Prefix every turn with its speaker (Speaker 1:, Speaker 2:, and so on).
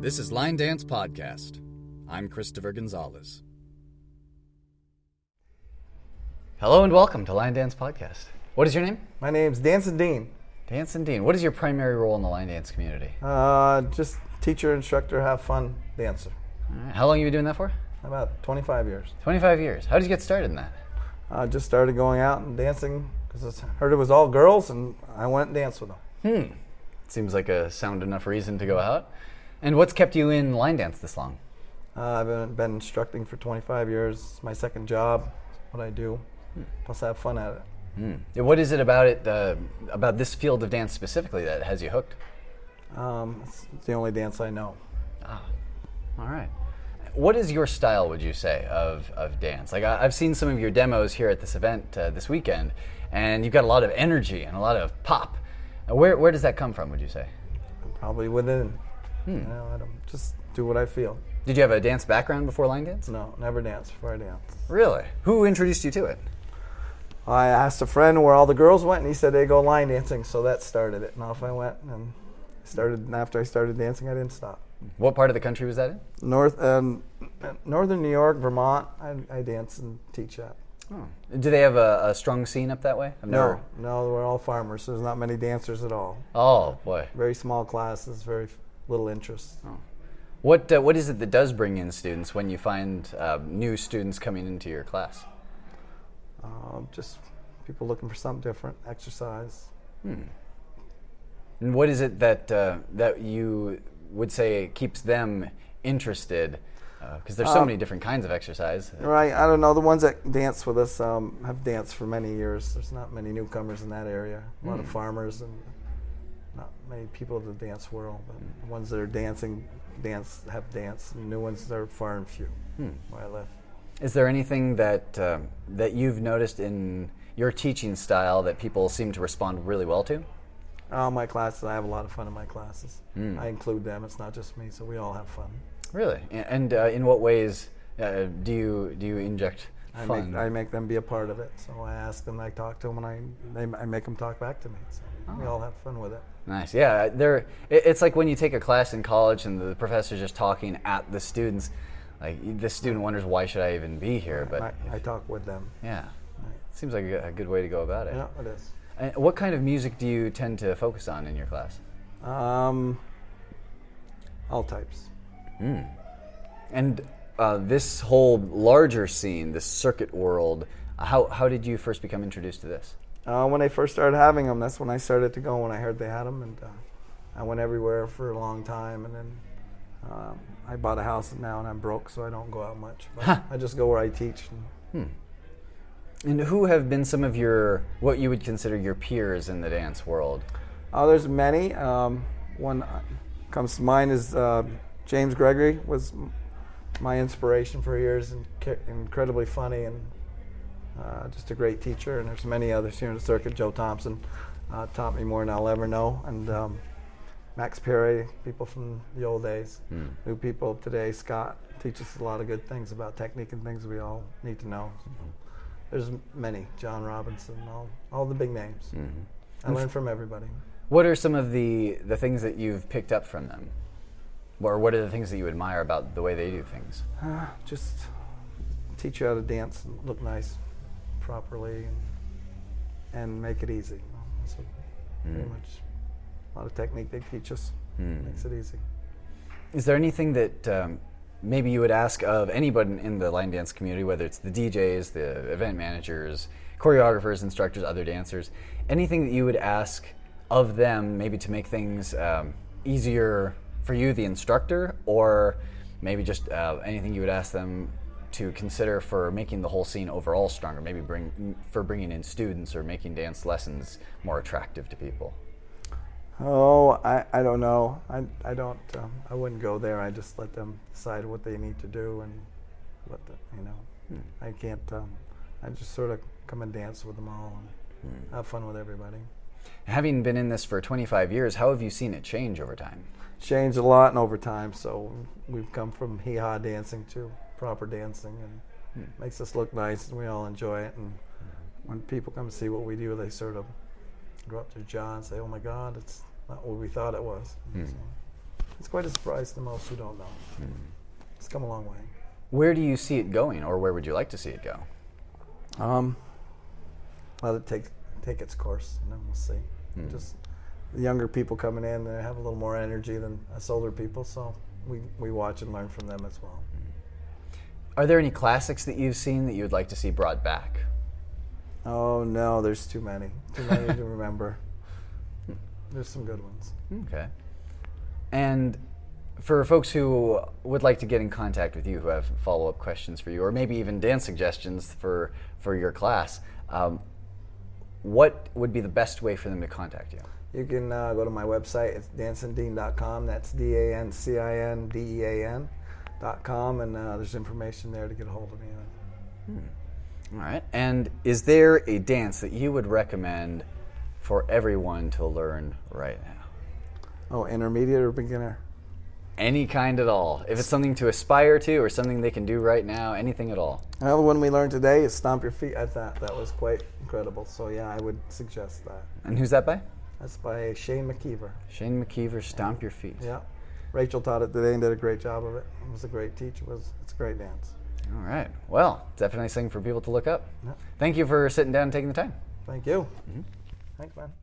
Speaker 1: This is Line Dance Podcast. I'm Christopher Gonzalez. Hello and welcome to Line Dance Podcast. What is your name?
Speaker 2: My name's Dancing Dean.
Speaker 1: Dance and Dean. What is your primary role in the line dance community?
Speaker 2: Uh, just teacher, instructor, have fun, dancer.
Speaker 1: All right. How long have you been doing that for?
Speaker 2: About 25 years.
Speaker 1: 25 years. How did you get started in that?
Speaker 2: I just started going out and dancing because I heard it was all girls, and I went and danced with them.
Speaker 1: Seems like a sound enough reason to go out. And what's kept you in line dance this long?
Speaker 2: Uh, I've been, been instructing for 25 years. It's my second job. It's what I do. Plus, I have fun at it.
Speaker 1: Yeah, What is it about it, uh, about this field of dance specifically, that has you hooked?
Speaker 2: Um, it's it's the only dance I know.
Speaker 1: All right. What is your style, would you say, of, of dance? Like, I, I've seen some of your demos here at this event uh, this weekend, and you've got a lot of energy and a lot of pop. Uh, Where, where does that come from, would you say?
Speaker 2: Probably within. You know, I don't just do what I feel.
Speaker 1: Did you have a dance background before line dance?
Speaker 2: No, never dance before I dance.
Speaker 1: Really? Who introduced you to it?
Speaker 2: I asked a friend where all the girls went, and he said they go line dancing, so that started it. And off I went, and started. And after I started dancing, I didn't stop.
Speaker 1: What part of the country was that in?
Speaker 2: North, um, northern New York, Vermont. I, I dance and teach that.
Speaker 1: Do they have a, a strong scene up that way? I've
Speaker 2: No, no, we're all farmers. So there's not many dancers at all.
Speaker 1: Oh, boy.
Speaker 2: Very small classes, very f- little interest.
Speaker 1: What, uh, what is it that does bring in students when you find uh, new students coming into your class?
Speaker 2: Um, just people looking for something different, exercise.
Speaker 1: And what is it that uh, that you would say keeps them interested? Because there's so
Speaker 2: Um,
Speaker 1: many different kinds of exercise.
Speaker 2: Right, I don't know. The ones that dance with us um, have danced for many years. There's not many newcomers in that area. A lot of
Speaker 1: Hmm.
Speaker 2: farmers and not many people in the dance world. But
Speaker 1: Hmm.
Speaker 2: the ones that are dancing, dance have danced. And new ones that are far and few.
Speaker 1: Hmm.
Speaker 2: Where I live.
Speaker 1: Is there anything that um, that you've noticed in your teaching style that people seem to respond really well to?
Speaker 2: All my classes, I have a lot of fun in my classes.
Speaker 1: Hmm.
Speaker 2: I include them. It's not just me, so we all have fun.
Speaker 1: Really, A- and uh, in what ways uh, do you do you inject
Speaker 2: I
Speaker 1: fun?
Speaker 2: make I make them be a part of it. So I ask them, I talk to them, and I they, I make them talk back to me. So we
Speaker 1: Oh.
Speaker 2: all have fun with it.
Speaker 1: Nice. Yeah, uh, there. It's like when you take a class in college and the professor's just talking at the students. Like the student wonders why should I even be here? But
Speaker 2: I, I talk with them.
Speaker 1: Yeah. Seems like a good, a good way to go about it.
Speaker 2: Yeah, it is.
Speaker 1: And what kind of music do you tend to focus on in your class?
Speaker 2: Um, all types.
Speaker 1: And uh, this whole larger scene, this circuit world, how, how did you first become introduced to this?
Speaker 2: Uh, when I first started having them, that's when I started to go. When I heard they had them, and uh, I went everywhere for a long time, and then um, I bought a house now, and I'm broke, so I don't go out much. But I just go where I teach. And,
Speaker 1: And who have been some of your, what you would consider your peers in the dance world?
Speaker 2: Oh, there's many. Um, one uh, comes to mind is uh, James Gregory was m- my inspiration for years and ca- incredibly funny and uh, just a great teacher. And there's many others here in the circuit. Joe Thompson uh, taught me more than I'll ever know. And um, Max Perry, people from the old days, new people today. Scott teaches us a lot of good things about technique and things we all need to know. There's many. John Robinson, all, all the big names. I learned from everybody.
Speaker 1: What are some of the, the things that you've picked up from them? Or what are the things that you admire about the way they do things?
Speaker 2: Uh, just teach you how to dance and look nice properly and, and make it easy. That's what, pretty much a lot of technique they teach us. Makes it easy.
Speaker 1: Is there anything that um, maybe you would ask of anybody in the line dance community, whether it's the DJs, the event managers, choreographers, instructors, other dancers, anything that you would ask of them maybe to make things um, easier for you, the instructor, or maybe just uh, anything you would ask them to consider for making the whole scene overall stronger, maybe bring, for bringing in students or making dance lessons more attractive to people?
Speaker 2: Oh, I, I don't know. I, I don't. Um, I wouldn't go there. I just let them decide what they need to do and let the, you know. I can't. Um, I just sort of come and dance with them all and have fun with everybody.
Speaker 1: Having been in this for 25 years, how have you seen it change over time?
Speaker 2: changed a lot in over time. So we've come from hee haw dancing to proper dancing, and makes us look nice, and we all enjoy it. And when people come see what we do, they sort of go up to John and say, "Oh my God, it's not what we thought it was." So It's quite a surprise to most who don't know. It's come a long way.
Speaker 1: Where do you see it going, or where would you like to see it go?
Speaker 2: Um, let it take take its course, and then we'll see. Just the younger people coming in, they have a little more energy than us older people, so we we watch and learn from them as well.
Speaker 1: Are there any classics that you've seen that you would like to see brought back?
Speaker 2: Oh no, there's too many, too many to remember. There's some good ones.
Speaker 1: Okay. And for folks who would like to get in contact with you, who have follow up questions for you, or maybe even dance suggestions for, for your class, um, what would be the best way for them to contact you?
Speaker 2: You can uh, go to my website. It's dancindean.com. That's D A N C I N D E A N dot com, and uh, there's information there to get a hold of me.
Speaker 1: All right. And is there a dance that you would recommend for everyone to learn right now?
Speaker 2: Oh, intermediate or beginner?
Speaker 1: Any kind at all. If it's something to aspire to or something they can do right now, anything at all.
Speaker 2: Another one we learned today is stomp your feet. I thought that was quite incredible. So yeah, I would suggest that.
Speaker 1: And who's that by?
Speaker 2: That's by Shane McKeever.
Speaker 1: Shane McKeever, Stomp Your Feet.
Speaker 2: Yeah, Rachel taught it today and did a great job of it. It was a great teacher. It was it's a great dance.
Speaker 1: All right. Well, definitely something for people to look up.
Speaker 2: Yeah.
Speaker 1: Thank you for sitting down and taking the time.
Speaker 2: Thank you. Thanks, man.